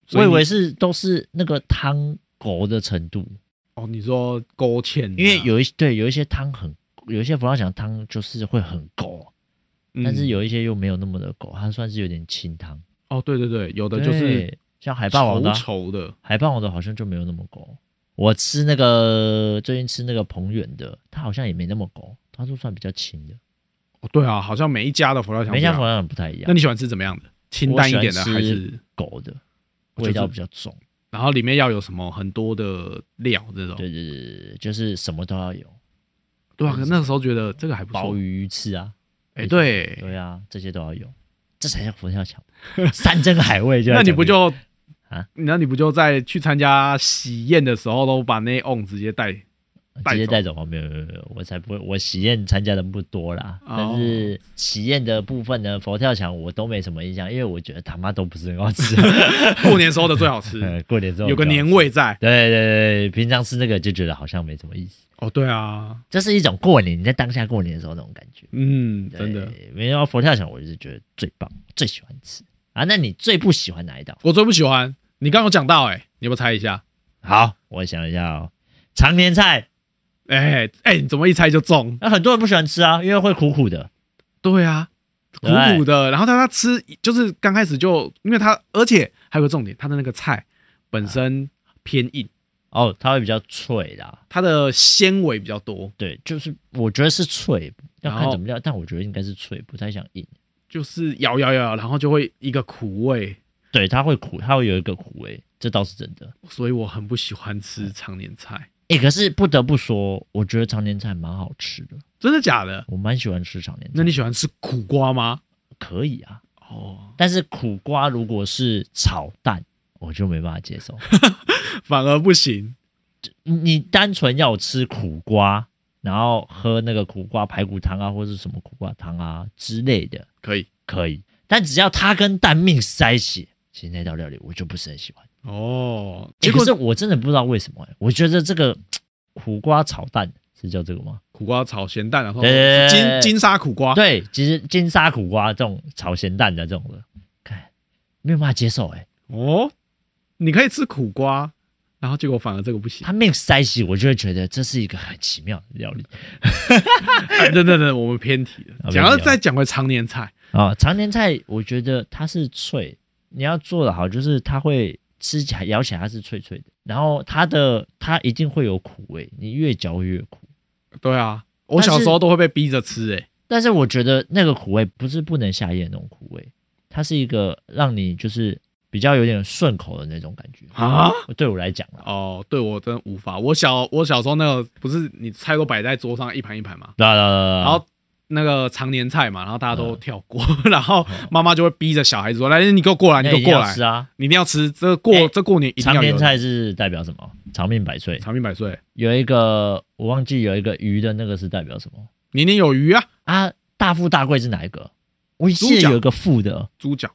Speaker 2: 所
Speaker 1: 我
Speaker 2: 以
Speaker 1: 以
Speaker 2: 你
Speaker 1: 为是都是那个汤狗的程度，
Speaker 2: 哦，你说勾芡的啊，
Speaker 1: 因为有一对有一些汤很，有一些佛跳墙汤就是会很狗，
Speaker 2: 嗯，
Speaker 1: 但是有一些又没有那么的狗，它算是有点清汤。
Speaker 2: 哦，对对对，有的就是
Speaker 1: 对像海霸王
Speaker 2: 稠
Speaker 1: 的啊、
Speaker 2: 稠的，
Speaker 1: 海霸王的好像就没有那么狗。我吃那个最近吃那个彭远的，它好像也没那么狗，它就算比较轻的，
Speaker 2: 哦，对啊，好像每一家的佛跳墙
Speaker 1: 每一
Speaker 2: 不一
Speaker 1: 家
Speaker 2: 样
Speaker 1: 佛跳墙不太一样
Speaker 2: 那。你喜欢吃怎么样的？清淡一点的
Speaker 1: 我喜欢吃
Speaker 2: 还是？
Speaker 1: 狗的，
Speaker 2: 哦就是
Speaker 1: 味道比较重。
Speaker 2: 然后里面要有什么很多的料这种？
Speaker 1: 对对对对，就是什么都要有，
Speaker 2: 对啊，
Speaker 1: 就
Speaker 2: 可
Speaker 1: 是
Speaker 2: 那个时候觉得这个还不
Speaker 1: 鲍
Speaker 2: 错。
Speaker 1: 鱼、鱼翅啊，
Speaker 2: 哎，对，
Speaker 1: 对啊，这些都要有，这才叫佛跳墙， 山珍海味就要
Speaker 2: 那
Speaker 1: 讲这个。
Speaker 2: 你不就
Speaker 1: 啊？
Speaker 2: 那你不就在去参加喜宴的时候都把那 on 直接带？带
Speaker 1: 直接
Speaker 2: 走
Speaker 1: 带走哦吗？没有没有没有，我才不会，我喜宴参加的不多啦。
Speaker 2: 哦
Speaker 1: 但是喜宴的部分呢，佛跳墙我都没什么印象，因为我觉得他妈都不是很好 吃。
Speaker 2: 过年时候的最 好吃，
Speaker 1: 呃过年之后
Speaker 2: 有个
Speaker 1: 比较好
Speaker 2: 年
Speaker 1: 吃。
Speaker 2: 味在。
Speaker 1: 对对对，平常吃那个就觉得好像没什么意思，
Speaker 2: 哦，对啊，
Speaker 1: 这是一种过年你在当下过年的时候那种感觉。
Speaker 2: 嗯，
Speaker 1: 对
Speaker 2: 真的。，
Speaker 1: 没有佛跳墙，我就是觉得最棒，最喜欢吃啊。那你最不喜欢哪一道？
Speaker 2: 我最不喜欢你刚刚有讲到，哎，你要不要猜一下？
Speaker 1: 好，我想一下哦，常年菜，
Speaker 2: 哎哎，你怎么一猜就中？
Speaker 1: 那、很多人不喜欢吃啊，因为会苦苦的。
Speaker 2: 对啊，苦苦的，然后但他吃就是刚开始就，因为他而且还有个重点，他的那个菜本
Speaker 1: 啊
Speaker 2: 身偏硬，
Speaker 1: 哦，它会比较脆啦，
Speaker 2: 它的纤维比较多，
Speaker 1: 对，就是我觉得是脆，要
Speaker 2: 然
Speaker 1: 看
Speaker 2: 后
Speaker 1: 怎么料，但我觉得应该是脆，不太像硬。
Speaker 2: 就是咬咬咬，然后就会一个苦味，
Speaker 1: 对，它会苦，它会有一个苦味，这倒是真的。
Speaker 2: 所以我很不喜欢
Speaker 1: 嗯
Speaker 2: 吃常年菜。
Speaker 1: 诶，可是不得不说，我觉得常年菜蛮好吃的，
Speaker 2: 真的假的？
Speaker 1: 我蛮喜欢吃常年
Speaker 2: 那
Speaker 1: 菜。
Speaker 2: 你喜欢吃苦瓜吗？
Speaker 1: 可以啊，
Speaker 2: 哦，
Speaker 1: 但是苦瓜如果是炒蛋，我就没办法接受。
Speaker 2: 反而不行。
Speaker 1: 你单纯要吃苦瓜，然后喝那个苦瓜排骨汤啊，或者是什么苦瓜汤啊之类的，
Speaker 2: 可以
Speaker 1: 可以。但只要它跟蛋 mix 在一起，其实那道料理我就不是很喜欢。
Speaker 2: 哦，
Speaker 1: 结
Speaker 2: 结果
Speaker 1: 果是我真的不知道为什么、欸，我觉得这个苦瓜炒蛋是叫这个吗？
Speaker 2: 苦瓜炒咸蛋，然后
Speaker 1: 对对对对
Speaker 2: 金金沙苦瓜，
Speaker 1: 对，其实金沙苦瓜这种炒咸蛋的这种的，看没有办法接受哎、欸
Speaker 2: 哦，你可以吃苦瓜，然后结果反而这个不 行。啊
Speaker 1: 它 mix 在一起，我就会觉得这是一个很奇妙的料理
Speaker 2: 哎，等等等，我们偏题
Speaker 1: 啊
Speaker 2: 了，讲到
Speaker 1: 偏题啊
Speaker 2: 再讲回常年菜，
Speaker 1: 啊、常年菜我觉得它是脆，你要做的好，就是它会吃起来咬起来它是脆脆的，然后它的它一定会有苦味，你越嚼越苦。
Speaker 2: 对啊，我
Speaker 1: 但是
Speaker 2: 小时候都会被逼着吃、哎，
Speaker 1: 但是我觉得那个苦味不是不能下咽的那种苦味，它是一个让你就是比较有点顺口的那种感觉
Speaker 2: 啊。
Speaker 1: 对我来讲啦，
Speaker 2: 哦，对我真的无法。我小我小时候那个不是你菜都摆在桌上一盘一盘嘛，
Speaker 1: 啦啦啦啦
Speaker 2: 然后那个常年菜嘛，然后大家都
Speaker 1: 嗯
Speaker 2: 跳过， 然后妈妈就会逼着小孩子说：“来，你给我过来，你
Speaker 1: 那
Speaker 2: 给
Speaker 1: 一
Speaker 2: 我
Speaker 1: 定哦
Speaker 2: 过
Speaker 1: 要
Speaker 2: 来
Speaker 1: 吃，啊！
Speaker 2: 你一定要吃。这个过、
Speaker 1: 哎
Speaker 2: 这过年一定
Speaker 1: 常
Speaker 2: 要有
Speaker 1: 年
Speaker 2: 的
Speaker 1: 菜是代表什么？长命百岁。
Speaker 2: 长命百岁，
Speaker 1: 有一个我忘记有一个鱼的那个是代表什么
Speaker 2: 年年有余啊。
Speaker 1: 啊？大富大贵是哪一个？我记
Speaker 2: 猪
Speaker 1: 得
Speaker 2: 脚
Speaker 1: 有一个富的
Speaker 2: 猪脚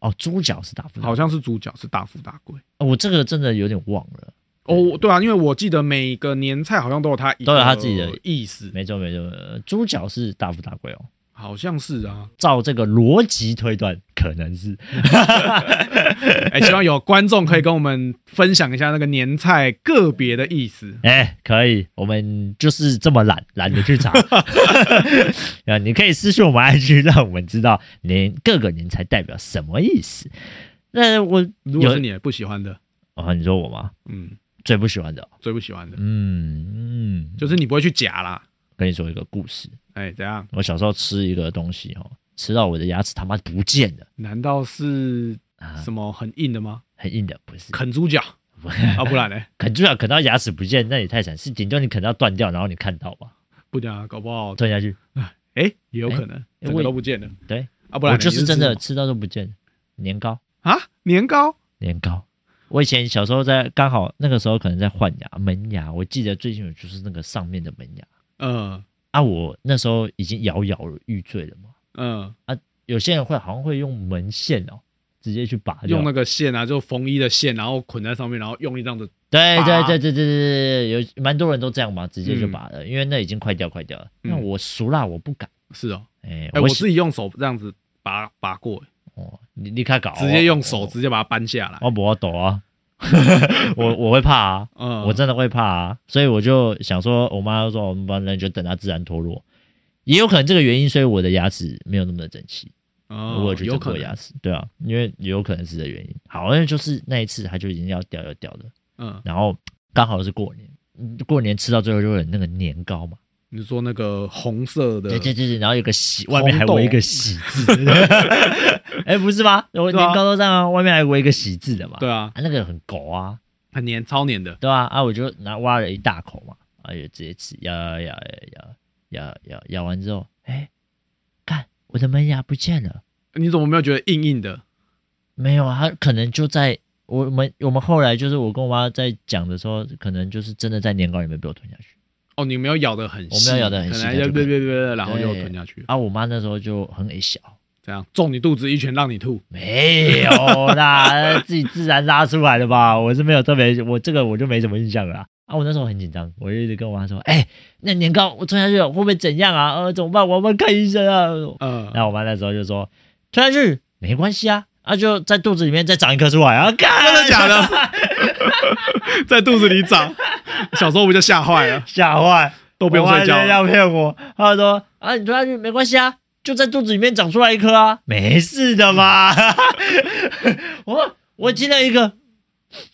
Speaker 1: 哦，猪脚是大富大贵
Speaker 2: 好像是猪脚，是大富大贵。
Speaker 1: 哦我这个真的有点忘了。
Speaker 2: 哦，对啊，因为我记得每个年菜好像都有它一个
Speaker 1: 都有啊它自己的
Speaker 2: 意思，
Speaker 1: 没错没错，没错猪脚是大富大贵哦。
Speaker 2: 好像是啊。
Speaker 1: 照这个逻辑推断，可能是
Speaker 2: 哎，希望有观众可以跟我们分享一下那个年菜个别的意思。
Speaker 1: 哎、可以，我们就是这么懒，懒得去 查。啊，你可以私信我们 IG，让我们知道您各个年才代表什么意思。那我
Speaker 2: 如果
Speaker 1: 有
Speaker 2: 是你不喜欢的，
Speaker 1: 啊，你说我吗？
Speaker 2: 嗯，
Speaker 1: 最不喜欢的哦、
Speaker 2: 最不喜欢的，
Speaker 1: 嗯嗯，
Speaker 2: 就是你不会去夹啦。
Speaker 1: 跟你说一个故事。
Speaker 2: 哎，怎样？
Speaker 1: 我小时候吃一个东西哦，吃到我的牙齿他妈不见了
Speaker 2: 难道是
Speaker 1: 啊，
Speaker 2: 什么很硬的吗？
Speaker 1: 很硬的，不是
Speaker 2: 啃 猪脚
Speaker 1: 哎
Speaker 2: 啊，不然呢？
Speaker 1: 啃猪脚啃到牙齿不见，那也太惨，是顶多你啃到断掉，然后你看到吧，
Speaker 2: 不然啊搞不好
Speaker 1: 吞下去。
Speaker 2: 哎、也有可能
Speaker 1: 哎
Speaker 2: 整个都不见了。
Speaker 1: 对
Speaker 2: 啊，不然
Speaker 1: 我
Speaker 2: 呢
Speaker 1: 就是
Speaker 2: 你
Speaker 1: 真的
Speaker 2: 吃
Speaker 1: 吃到都不见了，年糕。
Speaker 2: 什么啊，年糕
Speaker 1: 年糕。我以前小时候在刚好那个时候可能在换牙门牙，我记得最清楚就是那个上面的门牙
Speaker 2: 嗯
Speaker 1: 啊，我那时候已经摇摇欲坠了嘛。
Speaker 2: 嗯，
Speaker 1: 有些人会好像会用门线哦，直接去拔掉。
Speaker 2: 用那个线啊，就缝衣的线，然后捆在上面，然后用力这样子。
Speaker 1: 对对
Speaker 2: 拔
Speaker 1: 对对对对对，有蛮多人都这样嘛，直接就拔了，因为那已经快掉快掉了。
Speaker 2: 嗯
Speaker 1: 那我熟啦，我不敢。
Speaker 2: 是哦，
Speaker 1: 哎、
Speaker 2: 哎、
Speaker 1: 我
Speaker 2: 我
Speaker 1: 喜
Speaker 2: 自己用手这样子拔拔过、
Speaker 1: 哦，你你看搞，
Speaker 2: 直接用手
Speaker 1: 我
Speaker 2: 直接把它搬下来。
Speaker 1: 我不要抖 啊，我我会怕啊。
Speaker 2: 嗯，
Speaker 1: 我真的会怕啊，所以我就想说，我妈就说哦我们班人就等它自然脱落，也有可能这个原因，所以我的牙齿没有那么的整齐，
Speaker 2: 嗯
Speaker 1: 我有去整
Speaker 2: 有可
Speaker 1: 过牙
Speaker 2: 能，
Speaker 1: 齿，对啊，因为也有可能是这个原因。好，像就是那一次它就已经要掉要掉了，
Speaker 2: 嗯，
Speaker 1: 然后刚好是过年，嗯过年吃到最后就有那个年糕嘛，
Speaker 2: 你说那个红色的，
Speaker 1: 对对对对，然后有个喜，
Speaker 2: 红
Speaker 1: 外
Speaker 2: 豆
Speaker 1: 面还围一个喜字，哎、不是吗？我
Speaker 2: 对啊
Speaker 1: 年糕都这样啊，外面还围一个喜字的嘛，
Speaker 2: 对啊，
Speaker 1: 啊，那个很狗啊，
Speaker 2: 很黏，超黏的。
Speaker 1: 对啊，啊，我就拿挖了一大口嘛，啊，就直接吃，咬咬咬咬咬咬咬咬完之后，哎，看我的门牙不见了，
Speaker 2: 你怎么没有觉得硬硬的？
Speaker 1: 没有啊，它可能就在我们我们后来就是我跟我妈在讲的时候，可能就是真的在年糕里面被我吞下去
Speaker 2: 哦，你没有咬得很细，
Speaker 1: 我没有咬得很细它
Speaker 2: 可能
Speaker 1: 就
Speaker 2: 就
Speaker 1: 可以
Speaker 2: 对对对，然后就
Speaker 1: 对
Speaker 2: 吞下去了，
Speaker 1: 啊，我妈那时候就很矮小。
Speaker 2: 这样中你肚子一拳让你吐。
Speaker 1: 没有啦， 自己自然拉出来的吧。我是没有特别，我这个我就没什么印象了啊。啊我那时候很紧张，我就一直跟我妈说：“哎、那年糕我吞下去了会不会怎样啊？呃，怎么办？我要不要看医生啊？”
Speaker 2: 呃，
Speaker 1: 那我妈那时候就说吞下去没关系啊，啊就在肚子里面再长一颗出来啊，真
Speaker 2: 真的假的？在肚子里长，小时候不就吓坏了，
Speaker 1: 吓坏，
Speaker 2: 都不用睡觉
Speaker 1: 我妈就
Speaker 2: 了。
Speaker 1: 要骗我，她说啊你吞下去没关系啊，就在肚子里面长出来一颗啊，没事的嘛。 我我听了一个。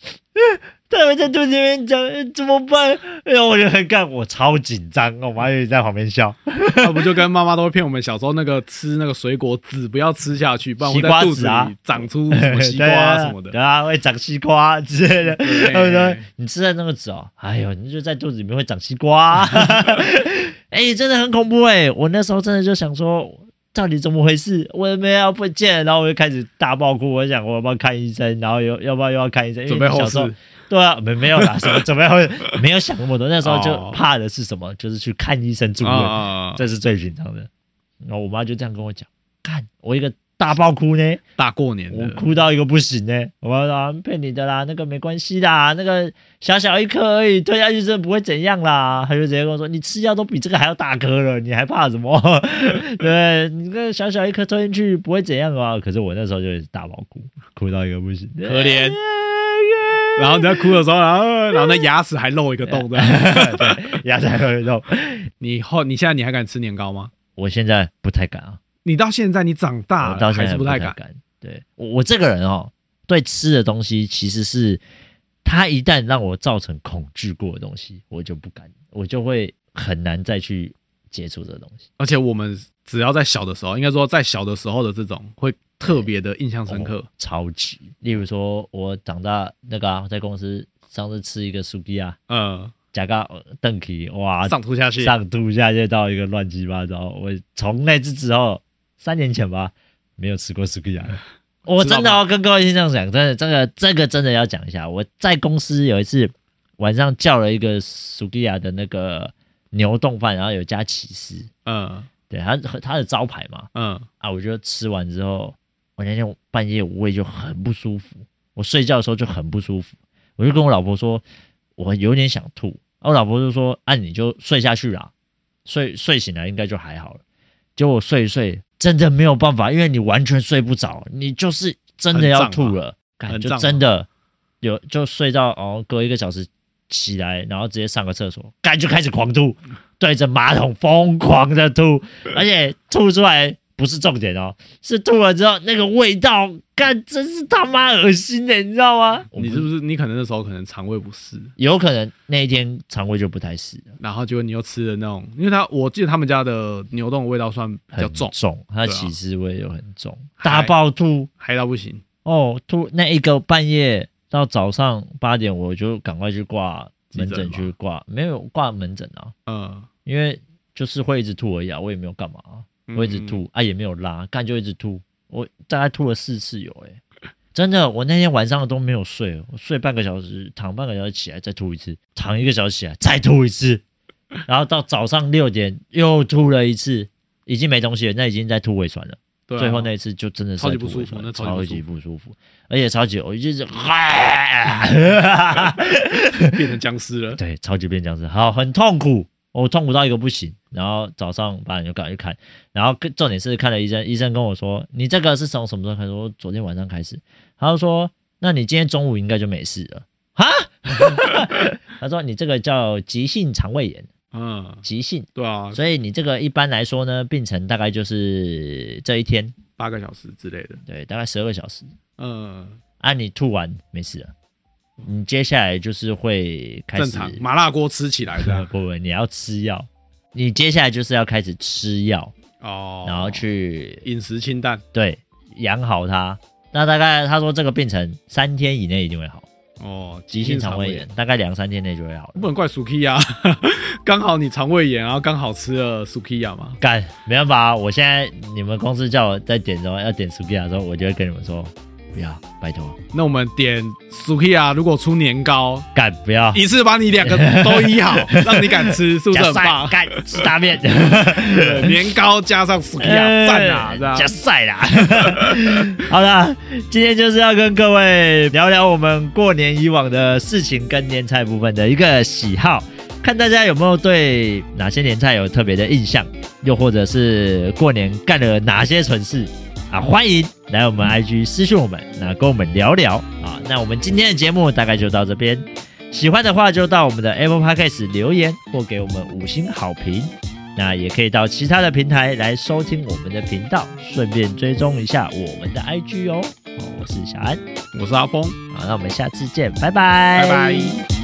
Speaker 1: 他们在肚子里面长，呃怎么办？然后我就很干，我超紧张，我妈就一直在旁边笑。
Speaker 2: 那不就跟妈妈都会骗我们小时候那个吃那个水果籽不要吃下去，不然会
Speaker 1: 西瓜
Speaker 2: 在
Speaker 1: 籽
Speaker 2: 肚子
Speaker 1: 啊
Speaker 2: 里长出什么西瓜
Speaker 1: 对
Speaker 2: 啊
Speaker 1: 啊
Speaker 2: 什么 的。
Speaker 1: 对啊，会长西瓜之类的。
Speaker 2: 对
Speaker 1: 他们说你吃了那个籽哦，哎呦，你就在肚子里面会长西瓜、 哎、真的很恐怖哎、我那时候真的就想说，到底怎么回事？我也没有要不见，然后我就开始大爆哭，我想我要不要看医生，然后又要不要又要看医生，因为
Speaker 2: 准备后
Speaker 1: 小时候
Speaker 2: 事，
Speaker 1: 对啊， 没没有啦，什么准备后事没有想那么多，那时候就
Speaker 2: 哦
Speaker 1: 怕的是什么？就是去看医生住
Speaker 2: 啊
Speaker 1: 院。
Speaker 2: 啊啊
Speaker 1: 这是最紧张的。然后我妈就这样跟我讲，看我一个大爆哭呢，
Speaker 2: 大过年
Speaker 1: 我
Speaker 2: 的，
Speaker 1: 哭到一个不行呢。我妈说、啊、骗你的啦，那个没关系啦，那个小小一颗而已，吞下去真的不会怎样啦。她就直接跟我说，你吃药都比这个还要大颗了，你还怕什么？ 对你这小小一颗吞进去 不会怎样啊。可是我那时候就是大爆哭，哭到一个不行，
Speaker 2: 可怜
Speaker 1: 哎呀
Speaker 2: 然后你在哭的时候，然后然后那牙齿还露一个洞这样。
Speaker 1: 对，牙齿还会肉。
Speaker 2: 你后你现在你还敢吃年糕吗？
Speaker 1: 我现在不太敢啊，
Speaker 2: 你到现在你长
Speaker 1: 哦
Speaker 2: 大
Speaker 1: 我到
Speaker 2: 了
Speaker 1: 现
Speaker 2: 还
Speaker 1: 在
Speaker 2: 是
Speaker 1: 不
Speaker 2: 不太
Speaker 1: 敢
Speaker 2: 敢。。
Speaker 1: 对我我这个人哦，对吃的东西其实是，它一旦让我造成恐惧过的东西，我就不敢，我就会很难再去接触这个东西。
Speaker 2: 而且我们只要在小的时候，应该说在小的时候的这种会特别的印象深刻。
Speaker 1: 超级，例如说我长大那个、啊、在公司上次吃一个苏鸡啊，
Speaker 2: 嗯，
Speaker 1: 加个邓皮，哇，
Speaker 2: 上吐下泻，
Speaker 1: 啊上吐下泻到一个乱七八糟。我从那次之后，三年前吧，没有吃过苏格亚。 我真的要跟各位听众讲，真的，这个这个真的要讲一下。我在公司有一次晚上叫了一个苏格亚的那个牛冻饭，然后有加起司，
Speaker 2: 嗯
Speaker 1: 对，它它的招牌嘛。
Speaker 2: 嗯，
Speaker 1: 啊，我就吃完之后，我那天半夜我胃就很不舒服，我睡觉的时候就很不舒服，我就跟我老婆说，我有点想吐，啊我老婆就说，啊你就睡下去啦，睡睡醒来应该就还好了。结果我睡一睡，真的没有办法，因为你完全睡不着，你就是真的要吐了，感
Speaker 2: 很
Speaker 1: 就
Speaker 2: 胀嘛
Speaker 1: 真的有就睡到哦，隔一个小时起来，然后直接上个厕所，干就开始狂吐，对着马桶疯狂的 吐，而且吐出来不是重点哦，是吐了之后那个味道，干真是他妈恶心的，你知道吗？
Speaker 2: 你是不是你可能那时候可能肠胃不适，
Speaker 1: 有可能那一天肠胃就不太适了，
Speaker 2: 然后结果你又吃了那种，因为他我记得他们家的牛冻的味道算比较
Speaker 1: 很
Speaker 2: 重，
Speaker 1: 重，它
Speaker 2: 对啊
Speaker 1: 起司味又很重，大
Speaker 2: 还
Speaker 1: 爆吐
Speaker 2: 嗨到不行。
Speaker 1: 哦，吐那一个半夜到早上八点，我就赶快去挂
Speaker 2: 急
Speaker 1: 门
Speaker 2: 诊
Speaker 1: 诊
Speaker 2: 吗
Speaker 1: 去挂，没有挂门诊啊，
Speaker 2: 嗯，
Speaker 1: 因为就是会一直吐而已啊，我也没有干嘛啊、我一直
Speaker 2: 嗯，
Speaker 1: 吐、啊，也没有拉，干就一直吐，我大概吐了四次有哎、真的，我那天晚上都没有睡，我睡半个小时，躺半个小时起来再吐一次，躺一个小时起来再吐一次，然后到早上六点又吐了一次，已经没东西了，那已经在吐胃酸了。
Speaker 2: 对啊
Speaker 1: 最后 那一次就真的是
Speaker 2: 超级
Speaker 1: 在吐
Speaker 2: 不舒
Speaker 1: 胃
Speaker 2: 服
Speaker 1: 酸
Speaker 2: 那
Speaker 1: 超
Speaker 2: 超
Speaker 1: 级
Speaker 2: 级
Speaker 1: 不舒服，而且超级，我就是啊
Speaker 2: 变成僵尸了。
Speaker 1: 对，超级变僵尸，好，很痛苦，我痛苦到一个不行。然后早上八点就赶快去看，然后跟重点是看了医生，医生跟我说，你这个是从什么时候开始？我说昨天晚上开始。他就说，那你今天中午应该就没事了。哈， 他说你这个叫急性肠胃炎，
Speaker 2: 嗯，
Speaker 1: 急性，
Speaker 2: 对啊，
Speaker 1: 所以你这个一般来说呢，病程大概就是这一天，
Speaker 2: 八个小时之类的。
Speaker 1: 对，大概十二个小时。
Speaker 2: 嗯，
Speaker 1: 啊，你吐完没事了，你接下来就是会开
Speaker 2: 正
Speaker 1: 始
Speaker 2: 常，麻辣锅吃起来 这样。
Speaker 1: 不不，你要吃药，你接下来就是要开始吃药，
Speaker 2: 哦，
Speaker 1: 然后去
Speaker 2: 饮食清淡。
Speaker 1: 对养好它。那大概他说这个病程三天以内一定会好，
Speaker 2: 哦，
Speaker 1: 急性肠胃炎，大概两三天内就会好了
Speaker 2: 不。能怪 Sukiya，刚啊 好你肠胃炎，然后刚好吃了 Sukiya 嘛。
Speaker 1: 干，没办法啊，我现在你们公司叫我在点什么要点 s u k i 的时候，我就会跟你们说不要，拜托，
Speaker 2: 那我们点 Sukiya，如果出年糕，
Speaker 1: 干不要，
Speaker 2: 一次把你两个都医好，让你敢 吃，是不是
Speaker 1: 加
Speaker 2: 很
Speaker 1: 晒
Speaker 2: 棒？
Speaker 1: 干吃大 便，
Speaker 2: 对年糕加上 Sukiya，赞啊，
Speaker 1: 哎
Speaker 2: 这样
Speaker 1: 加。赛啦！ 好啦，今天就是要跟各位聊聊我们过年以往的事情跟年菜部分的一个喜好，看大家有没有对哪些年菜有特别的印象，又或者是过年干了哪些蠢事啊？欢迎来我们 IG 私讯我们，那跟我们聊聊啊。那我们今天的节目大概就到这边。喜欢的话就到我们的 Apple Podcast 留言或给我们五星好评。那也可以到其他的平台来收听我们的频道，顺便追踪一下我们的 IG 哦。哦，我是小安，
Speaker 2: 我是阿峰，
Speaker 1: 好，那我们下次见，拜
Speaker 2: 拜拜。